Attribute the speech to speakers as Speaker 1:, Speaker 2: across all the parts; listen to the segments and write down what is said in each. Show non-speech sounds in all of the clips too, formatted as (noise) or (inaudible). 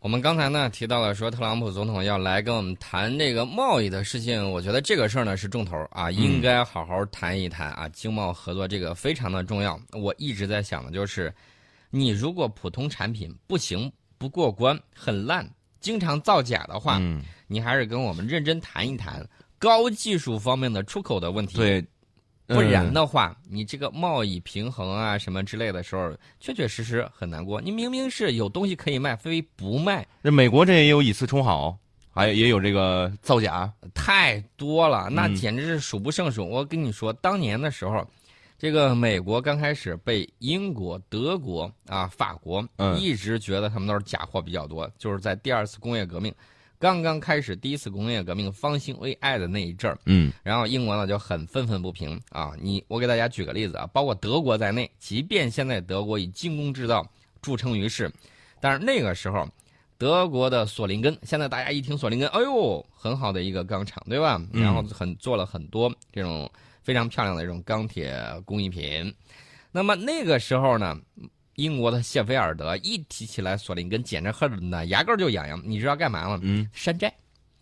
Speaker 1: 我们刚才呢提到了说，特朗普总统要来跟我们谈这个贸易的事情，我觉得这个事儿呢是重头啊，
Speaker 2: 嗯
Speaker 1: 应该好好谈一谈啊，经贸合作这个非常的重要。我一直在想的就是，你如果普通产品不行、不过关、很烂、经常造假的话，
Speaker 2: 嗯，
Speaker 1: 你还是跟我们认真谈一谈高技术方面的出口的问题。
Speaker 2: 对，
Speaker 1: 不然
Speaker 2: 嗯
Speaker 1: 的话，你这个贸易平衡啊什么之类的时候，确确实实很难过。你明明是有东西可以卖，非不卖，
Speaker 2: 那美国嗯这也有以次充好，还有也有这个造假，
Speaker 1: 太多了，那
Speaker 2: 嗯
Speaker 1: 简直是数不胜数。我跟你说，当年的时候，这个美国刚开始被英国、德国啊、法国
Speaker 2: 嗯
Speaker 1: 一直觉得他们都是假货比较多，就是在第二次工业革命刚刚开始，第一次工业革命方兴未艾的那一阵儿。
Speaker 2: 嗯
Speaker 1: 然后英国呢就很愤愤不平啊！你我给大家举个例子啊，包括德国在内，即便现在德国以精工制造著称于世，但是那个时候，德国的索林根，现在大家一听索林根，哎呦，很好的一个钢厂，对吧？
Speaker 2: 嗯
Speaker 1: 然后很做了很多这种非常漂亮的这种钢铁工艺品。那么那个时候呢，英国的谢菲尔德一提起来索林根，简直恨的牙根儿就痒痒。你知道干嘛吗？
Speaker 2: 嗯
Speaker 1: 山寨。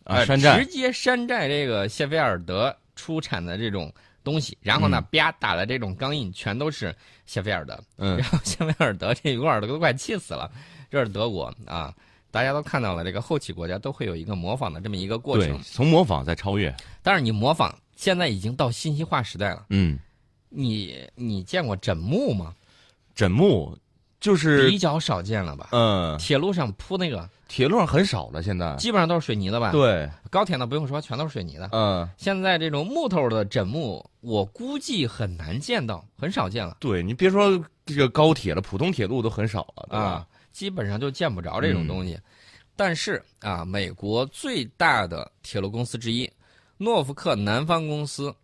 Speaker 2: 啊，
Speaker 1: 呃
Speaker 2: 山寨
Speaker 1: 直接山寨这个谢菲尔德出产的这种东西，然后呢，啪打的这种钢印全都是谢菲尔德， (laughs)
Speaker 2: 嗯
Speaker 1: 然后谢菲尔德这一块儿都快气死了。这是德国啊，大家都看到了，这个后起国家都会有一个模仿的这么一个过
Speaker 2: 对
Speaker 1: 程，，
Speaker 2: 从模仿再超越，
Speaker 1: 但是你模仿现在已经到信息化时代了，
Speaker 2: 嗯，
Speaker 1: 你你见过枕木吗？
Speaker 2: 枕木就是
Speaker 1: 比较少见了吧？
Speaker 2: 嗯，
Speaker 1: 铁路上铺那个，
Speaker 2: 铁路上很少了，现在
Speaker 1: 基本上都是水泥的吧？，
Speaker 2: 对，
Speaker 1: 高铁呢不用说，全都是水泥的。
Speaker 2: 嗯。
Speaker 1: 现在这种木头的枕木，我估计很难见到，很少见了
Speaker 2: 对你别说这个高铁了，普通铁路都很少了，对嗯
Speaker 1: 啊
Speaker 2: 吧？，
Speaker 1: 基本上就见不着这种东西。但是啊，美国最大的铁路公司之一诺福克南方公司，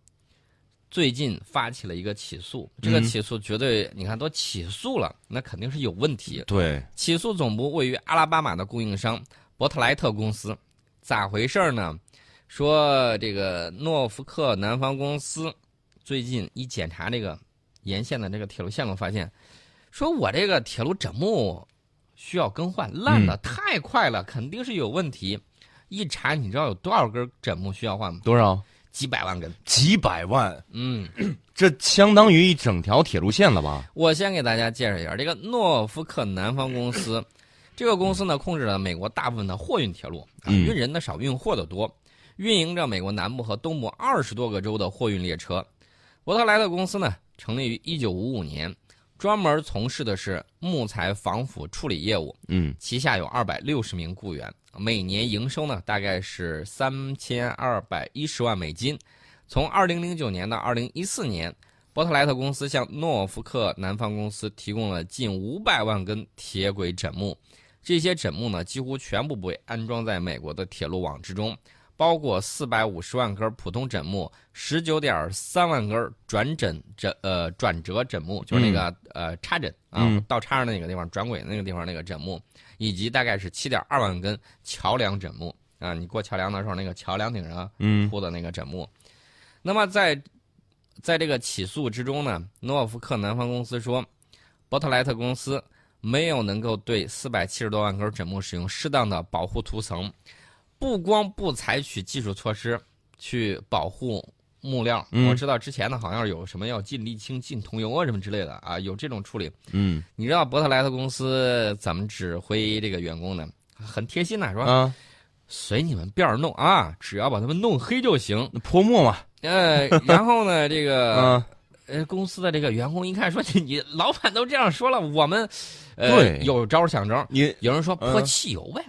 Speaker 1: 最近发起了一个起诉，这个
Speaker 2: 嗯
Speaker 1: 起诉绝对，你看都起诉了，那肯定是有问题。
Speaker 2: 对，
Speaker 1: 起诉总部位于阿拉巴马的供应商伯特莱特公司，咋回事儿呢？说这个诺福克南方公司最近一检查这个沿线的这个铁路线路，发现说我这个铁路枕木需要更换，烂的太快了，肯定是有问题。一查，你知道有多少根枕木需要换吗？
Speaker 2: 多少？
Speaker 1: 几百万根。
Speaker 2: 几百万，
Speaker 1: 嗯，
Speaker 2: 这相当于一整条铁路线了吧？
Speaker 1: 我先给大家介绍一下这个诺福克南方公司，这个公司呢控制了美国大部分的货运铁路，啊，
Speaker 2: 嗯
Speaker 1: 运人的少，运货的多，啊运营着美国南部和东部二十多个州的货运列车。伯特莱特公司呢成立于一九五五年，专门从事的是木材防腐处理业务，
Speaker 2: 嗯，
Speaker 1: 旗下有二百六十名雇员，每年营收呢大概是三千二百一十万美金。从二零零九年到二零一四年，伯特莱特公司向诺福克南方公司提供了近五百万根铁轨枕木，这些枕木呢几乎全部被安装在美国的铁路网之中，包括四百五十万根普通枕木、十九点三万根转枕枕呃转折枕木，就是那个、呃插枕啊，
Speaker 2: 嗯
Speaker 1: 倒插上那个地方转轨那个地方那个枕木，以及大概是七点二万根桥梁枕木啊，你过桥梁的时候那个桥梁顶上
Speaker 2: 嗯，
Speaker 1: 铺的那个枕木。那么在在这个起诉之中呢，诺福克南方公司说，伯特莱特公司没有能够对四百七十多万根枕木使用适当的保护涂层，不光不采取技术措施去保护。木料，
Speaker 2: 嗯
Speaker 1: 我知道之前呢好像有什么要禁沥青、禁桐油啊什么之类的啊，有这种处理。
Speaker 2: 嗯，
Speaker 1: 你知道伯特莱特公司怎么指挥这个员工呢？很贴心呐、说、
Speaker 2: 啊，
Speaker 1: 随你们便儿弄啊，只要把他们弄黑就行。
Speaker 2: 那泼墨嘛，
Speaker 1: 呃，然后呢，这个
Speaker 2: 啊，
Speaker 1: 呃公司的这个员工一看说，你你老板都这样说了，我们呃
Speaker 2: 对
Speaker 1: 有招儿想招儿。
Speaker 2: 你
Speaker 1: 有人说
Speaker 2: 嗯
Speaker 1: 泼汽油呗，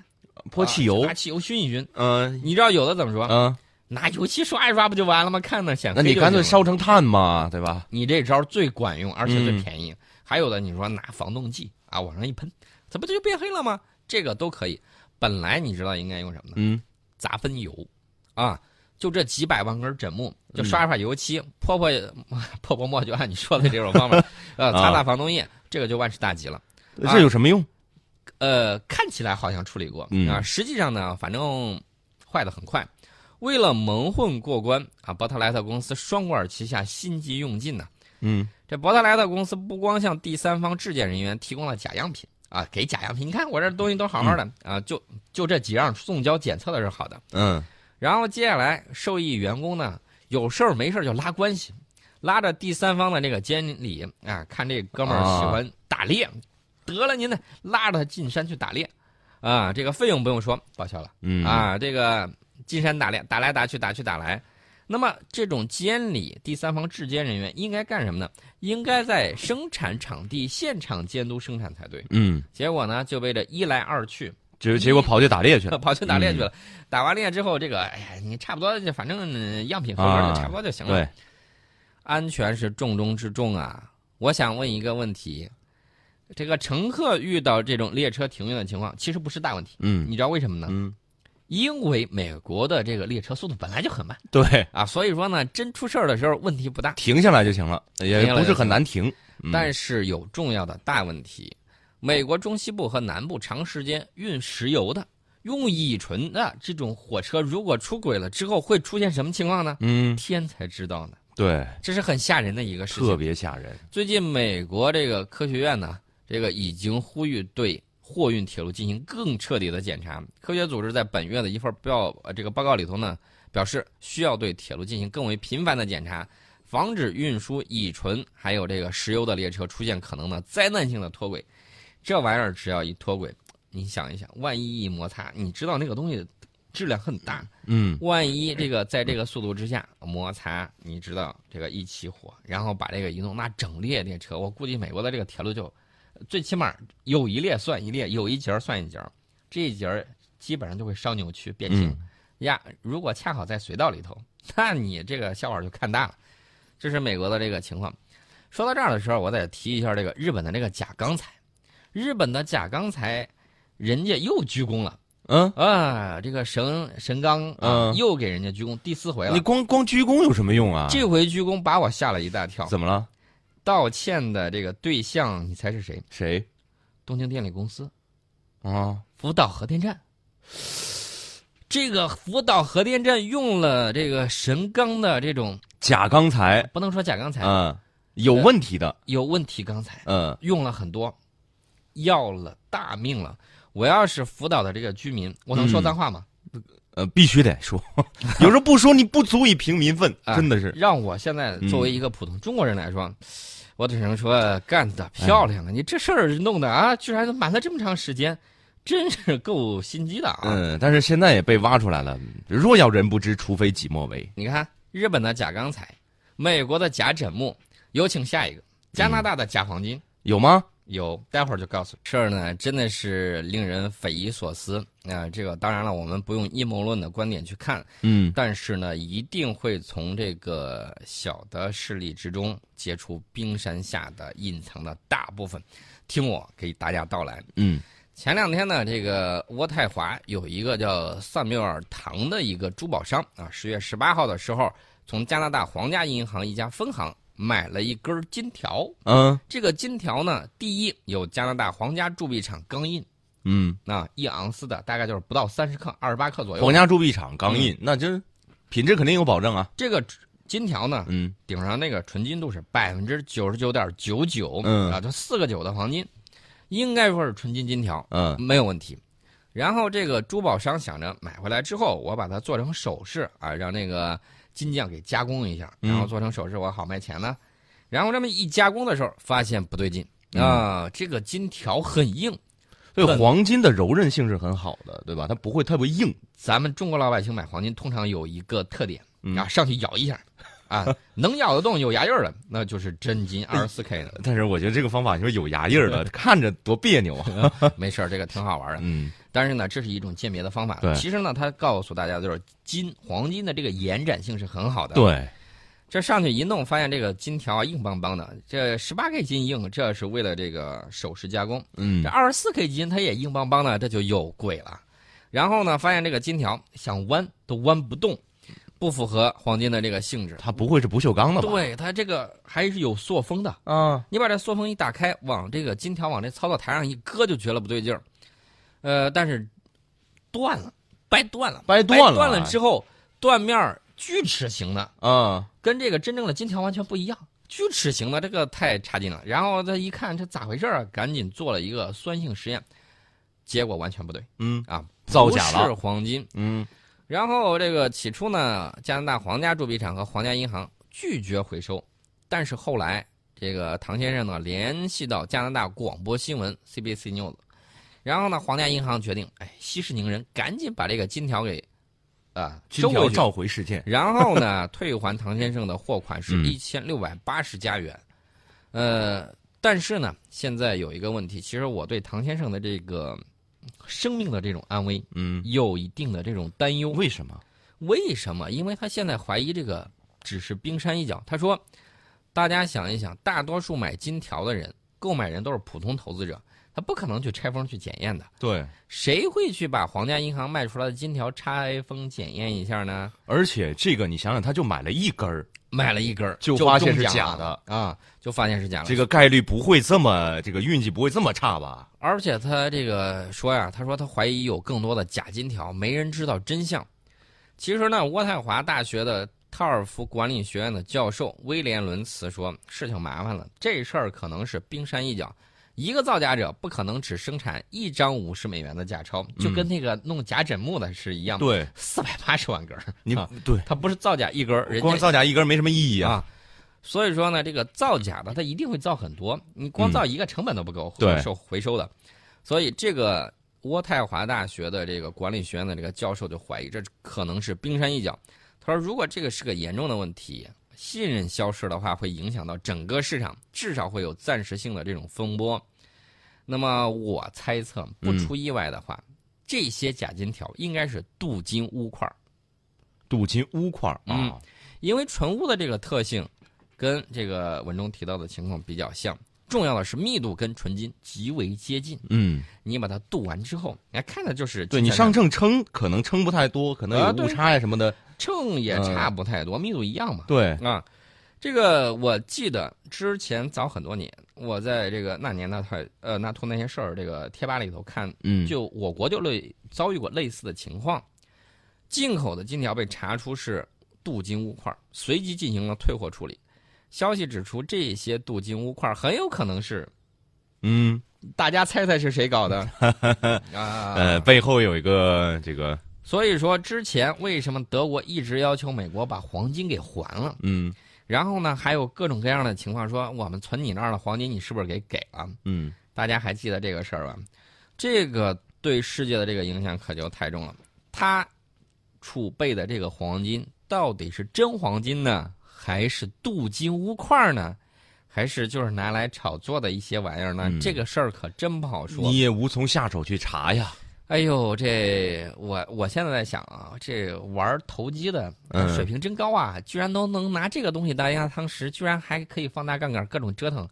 Speaker 2: 泼汽油
Speaker 1: 啊，拿汽油熏一熏。
Speaker 2: 嗯，
Speaker 1: 你知道有的怎么说？
Speaker 2: 啊，
Speaker 1: 拿油漆刷一刷不就完了吗？看呢，显
Speaker 2: 那
Speaker 1: 黑
Speaker 2: 你
Speaker 1: 就
Speaker 2: 干脆
Speaker 1: 行了
Speaker 2: 烧成炭嘛，对吧？
Speaker 1: 你这招儿最管用，而且最
Speaker 2: 嗯
Speaker 1: 便宜。还有的你说拿防冻剂啊，往上一喷，怎么就变黑了吗？这个都可以。本来你知道应该用什么呢？
Speaker 2: 嗯，
Speaker 1: 杂分油，啊，就这几百万根枕木，就
Speaker 2: 嗯
Speaker 1: 刷刷油漆，泼泼 (laughs) 泼泼墨，就按你说的这种
Speaker 2: (laughs)
Speaker 1: 方法，呃，
Speaker 2: 啊
Speaker 1: 擦擦防冻液，这个就万事大吉了。啊
Speaker 2: 这有什么用？
Speaker 1: 呃，看起来好像处理过
Speaker 2: 嗯
Speaker 1: 啊，实际上呢，反正坏的很快。为了蒙混过关啊，伯特莱特公司双管齐下，心急用尽呐、
Speaker 2: 嗯，
Speaker 1: 这伯特莱特公司不光向第三方质检人员提供了假样品，啊，给假样品。你看我这东西都好好的、啊，就就这几样送交检测的是好的。
Speaker 2: 嗯
Speaker 1: 然后接下来受益员工呢，有事儿没事儿就拉关系，拉着第三方的这个监理啊，看这哥们儿喜欢打猎，得了您呢，拉着他进山去打猎，啊，这个费用不用说，报销了。
Speaker 2: 嗯，
Speaker 1: 啊，这个进山打猎，打来打去，打去打来。那么这种监理第三方质监人员应该干什么呢？应该在生产场地现场监督生产才对。
Speaker 2: 嗯，
Speaker 1: 结果呢，就被这一来二去，
Speaker 2: 结果结果跑去打猎去
Speaker 1: (laughs)
Speaker 2: 了，
Speaker 1: 跑去打猎去了。打完猎之后，这个哎呀，你差不多就反正嗯样品合格
Speaker 2: 啊
Speaker 1: 就差不多就行了。
Speaker 2: 对，
Speaker 1: 安全是重中之重啊！我想问一个问题：这个乘客遇到这种列车停运的情况，其实不是大问题，
Speaker 2: 嗯
Speaker 1: 你知道为什么呢？
Speaker 2: 嗯，
Speaker 1: 因为美国的这个列车速度本来就很慢
Speaker 2: 对，
Speaker 1: 啊，所以说呢，真出事儿的时候问题不大。
Speaker 2: 停下来就行了，也
Speaker 1: 停下来
Speaker 2: 不
Speaker 1: 就是行
Speaker 2: 很难停，嗯
Speaker 1: 但是有重要的大问题，美国中西部和南部长时间运石油的、用乙醇的这种火车，如果出轨了之后，会出现什么情况呢？
Speaker 2: 嗯，
Speaker 1: 天才知道呢，
Speaker 2: 对，
Speaker 1: 这是很吓人的一个事
Speaker 2: 特
Speaker 1: 情。
Speaker 2: 别吓人，
Speaker 1: 最近，美国这个科学院呢，这个已经呼吁对货运铁路进行更彻底的检查。科学组织在本月的一份报呃这个报告里头呢，表示需要对铁路进行更为频繁的检查，防止运输乙醇还有这个石油的列车出现可能的灾难性的脱轨。这玩意儿只要一脱轨，你想一想，万一一摩擦，你知道那个东西质量很大，
Speaker 2: 嗯
Speaker 1: 万一这个在这个速度之下摩擦，你知道这个一起火，然后把这个移动，那整列列车，我估计美国的这个铁路就最起码有一列算一列，有一节儿算一节儿，这一节儿基本上就会烧扭曲变形、
Speaker 2: 嗯
Speaker 1: 呀。如果恰好在隧道里头，那你这个笑话就看大了。这是美国的这个情况。说到这儿的时候，我再提一下这个日本的这个假钢材，日本的假钢材，人家又鞠躬了。
Speaker 2: 嗯，
Speaker 1: 啊，这个神神刚啊，
Speaker 2: 嗯
Speaker 1: 又给人家鞠躬，第四回了
Speaker 2: 你。光光鞠躬有什么用啊？
Speaker 1: 这回鞠躬把我吓了一大跳。
Speaker 2: 怎么了？
Speaker 1: 道歉的这个对象，你猜是谁？
Speaker 2: 谁
Speaker 1: 东京电力公司
Speaker 2: 啊？
Speaker 1: 福岛核电站。这个福岛核电站用了这个神钢的这种，
Speaker 2: 假钢材，
Speaker 1: 不能说假钢材，
Speaker 2: 嗯，有问题的，
Speaker 1: 有问题钢材
Speaker 2: 嗯
Speaker 1: 用了很多，要了大命了。我要是福岛的这个居民，我能说
Speaker 2: 嗯
Speaker 1: 脏话吗？
Speaker 2: 呃，必须得说， (laughs) 有时候不说你不足以平民愤，
Speaker 1: 啊
Speaker 2: 真的是，嗯
Speaker 1: 让我现在作为一个普通中国人来说，我只能说干得漂亮
Speaker 2: 哎
Speaker 1: 啊！你这事儿弄的啊，居然瞒了这么长时间，真是够心机的啊！
Speaker 2: 嗯，但是现在也被挖出来了。若要人不知，除非己莫为。
Speaker 1: 你看日本的假钢材，美国的假枕木，有请下
Speaker 2: 嗯
Speaker 1: 一个加拿大的假黄金。
Speaker 2: 有吗？
Speaker 1: 有，待会儿就告诉你。事儿呢，真的是令人匪夷所思啊、这个当然了，我们不用阴谋论的观点去看，
Speaker 2: 嗯
Speaker 1: 但是呢，一定会从这个小的事例之中结出冰山下的隐藏的大部分。听我给大家道来。
Speaker 2: 嗯
Speaker 1: 前两天呢，这个渥太华有一个叫萨缪尔堂的一个珠宝商啊，十月十八号的时候，从加拿大皇家银行一家分行买了一根金条。
Speaker 2: 嗯
Speaker 1: 这个金条呢，第一有加拿大皇家铸币厂钢印
Speaker 2: 嗯，
Speaker 1: 啊，一盎司的大概就是不到三十克，二十八克左右。
Speaker 2: 皇家铸币厂钢印，那真品质肯定有保证啊。
Speaker 1: 这个金条呢，
Speaker 2: 嗯
Speaker 1: 顶上那个纯金度是百分之九十九点九九，
Speaker 2: 嗯
Speaker 1: 啊，就四个九的黄金，应该说是纯金金条，
Speaker 2: 嗯
Speaker 1: 没有问题。然后这个珠宝商想着买回来之后，我把它做成首饰啊，让那个金匠给加工一下，
Speaker 2: 嗯
Speaker 1: 然后做成首饰，我好卖钱呢。然后这么一加工的时候，发现不对劲啊、
Speaker 2: 嗯
Speaker 1: 这个金条很硬。
Speaker 2: 对，
Speaker 1: 很
Speaker 2: 黄金的柔韧性是很好的，对吧？它不会特别硬。
Speaker 1: 咱们中国老百姓买黄金通常有一个特点
Speaker 2: 嗯
Speaker 1: 啊，上去咬一下，啊，
Speaker 2: (laughs)
Speaker 1: 能咬得动有牙印儿的，那就是真金二十四 K 的。
Speaker 2: 但是我觉得这个方法就是有牙印儿的，看着多别扭啊。
Speaker 1: 没事儿，这个挺好玩的。
Speaker 2: (laughs) 嗯
Speaker 1: 但是呢，这是一种鉴别的方法
Speaker 2: 对。
Speaker 1: 其实呢，它告诉大家就是金黄金的这个延展性是很好的。，
Speaker 2: 对，
Speaker 1: 这上去一弄，发现这个金条啊硬邦邦的，这十八 K 金硬，这是为了这个首饰加工。
Speaker 2: 嗯
Speaker 1: 这二十四 K 金它也硬邦邦的，这就有鬼了。然后呢，发现这个金条想弯都弯不动，不符合黄金的这个性质。
Speaker 2: 它不会是不锈钢的吧？
Speaker 1: 对，它这个还是有塑封的。
Speaker 2: 啊，
Speaker 1: 你把这塑封一打开，往这个金条往这操作台上一搁，就觉得不对劲儿。呃，但是断了，掰断了，
Speaker 2: 掰断
Speaker 1: 断
Speaker 2: 了
Speaker 1: 了之后，断面儿锯齿形的，
Speaker 2: 啊，
Speaker 1: 跟这个真正的金条完全不一样。锯齿形的这个太差劲了。然后他一看这咋回事儿啊，赶紧做了一个酸性实验，结果完全不对
Speaker 2: 嗯
Speaker 1: 啊，
Speaker 2: 造假
Speaker 1: 不是
Speaker 2: 了，
Speaker 1: 黄金。
Speaker 2: 嗯
Speaker 1: 然后这个起初呢，加拿大皇家铸币厂和皇家银行拒绝回收，但是后来这个唐先生呢联系到加拿大广播新闻 CBC News，然后呢，皇家银行决定，哎，息事宁人，赶紧把这个金条给啊、
Speaker 2: 金
Speaker 1: 收
Speaker 2: 条
Speaker 1: 回去。
Speaker 2: 召回事件，
Speaker 1: 然后呢，退还唐先生的货款是
Speaker 2: 嗯
Speaker 1: 一千六百八十加元。呃，但是呢，现在有一个问题，其实我对唐先生的这个生命的这种安危
Speaker 2: 嗯，
Speaker 1: 有一定的这种担忧。
Speaker 2: 为什么？
Speaker 1: 为什么？因为他现在怀疑这个只是冰山一角。他说，大家想一想，大多数买金条的人，购买人都是普通投资者，他不可能去拆封去检验的。
Speaker 2: 对，
Speaker 1: 谁会去把皇家银行卖出来的金条拆封检验一下呢？
Speaker 2: 而且这个你想想，他就买了一根儿，
Speaker 1: 买了一根儿，
Speaker 2: 就
Speaker 1: 中
Speaker 2: 发现是
Speaker 1: 奖
Speaker 2: 假
Speaker 1: 了啊，就发现是假的。
Speaker 2: 这个概率不会这么，这个运气不会这么差吧？
Speaker 1: 而且他这个说呀，他说他怀疑有更多的假金条，没人知道真相。其实呢，渥太华大学的特尔福管理学院的教授威廉·伦茨说，事情麻烦了，这事儿可能是冰山一角。一个造假者不可能只生产一张五十美元的假钞，就跟那个弄假枕木的是一样的，
Speaker 2: 对，
Speaker 1: 四百啊八十万根儿，
Speaker 2: (laughs) 你
Speaker 1: 啊
Speaker 2: 对，
Speaker 1: (laughs) 他不是造假一根儿，人家
Speaker 2: 光造假一根儿没什么意义啊。
Speaker 1: 啊。所以说呢，这个造假的它一定会造很多，你光造一个成本都不够
Speaker 2: 对
Speaker 1: 回收回收的。所以这个渥太华大学的这个管理学院的这个教授就怀疑这可能是冰山一角。他说，如果这个是个严重的问题，信任消失的话，会影响到整个市场，至少会有暂时性的这种风波。那么我猜测，不出意外的话，这些假金条应该是镀金钨块儿。
Speaker 2: 镀金钨块儿啊
Speaker 1: 嗯，因为纯钨的这个特性，跟这个文中提到的情况比较像。重要的是密度跟纯金极为接近，
Speaker 2: 嗯，
Speaker 1: 你把它镀完之后，你看的就是
Speaker 2: 对你
Speaker 1: 金灿
Speaker 2: 上
Speaker 1: 灿
Speaker 2: 秤称可能称不太多，可能
Speaker 1: 啊
Speaker 2: 有
Speaker 1: 对
Speaker 2: 误差呀什么的。
Speaker 1: 秤
Speaker 2: 嗯
Speaker 1: 也差不太多，密度一样嘛。
Speaker 2: 对，
Speaker 1: 啊，这个我记得之前早很多年，我在这个那年那太呃那兔那些事儿这个贴吧里头看
Speaker 2: 嗯，
Speaker 1: 就我国就类遭遇过类似的情况，进口的金条被查出是镀金钨块，随即进行了退货处理。消息指出，这些镀金钨块很有可能是
Speaker 2: 嗯，
Speaker 1: 大家猜猜是谁搞
Speaker 2: (laughs)
Speaker 1: 的啊？
Speaker 2: 呃，背后有一个这个，
Speaker 1: 所以说之前为什么德国一直要求美国把黄金给还了？
Speaker 2: 嗯
Speaker 1: 然后呢，还有各种各样的情况说，我们存你那儿的黄金，你是不是给给了？
Speaker 2: 嗯，
Speaker 1: 大家还记得这个事儿吧？这个对世界的这个影响可就太重了。他储备的这个黄金到底是真黄金呢，还是镀金钨块呢？还是就是拿来炒作的一些玩意儿呢？
Speaker 2: 嗯
Speaker 1: 这个事儿可真不好说
Speaker 2: 你。也无从下手去查呀。
Speaker 1: 哎呦，这我我现在在想啊，这玩投机的
Speaker 2: 嗯
Speaker 1: 水平真高啊，居然都能拿这个东西当压汤匙，居然还可以放大杠杆各种折腾，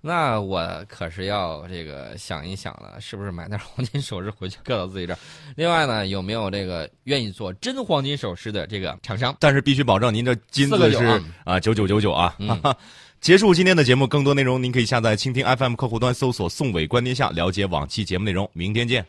Speaker 1: 那我可是要这个想一想了，是不是买点黄金首饰回去搁到自己这儿？另外呢，有没有这个愿意做真黄金首饰的这个厂商？
Speaker 2: 但是必须保证您这金
Speaker 1: 四个
Speaker 2: 子
Speaker 1: 九啊
Speaker 2: 是啊九九九九啊。
Speaker 1: 嗯
Speaker 2: 哈哈。 (laughs) 结束今天的节目，更多内容您可以下载蜻蜓 FM 客户端搜索“宋伟观天下”了解往期节目内容。明天见。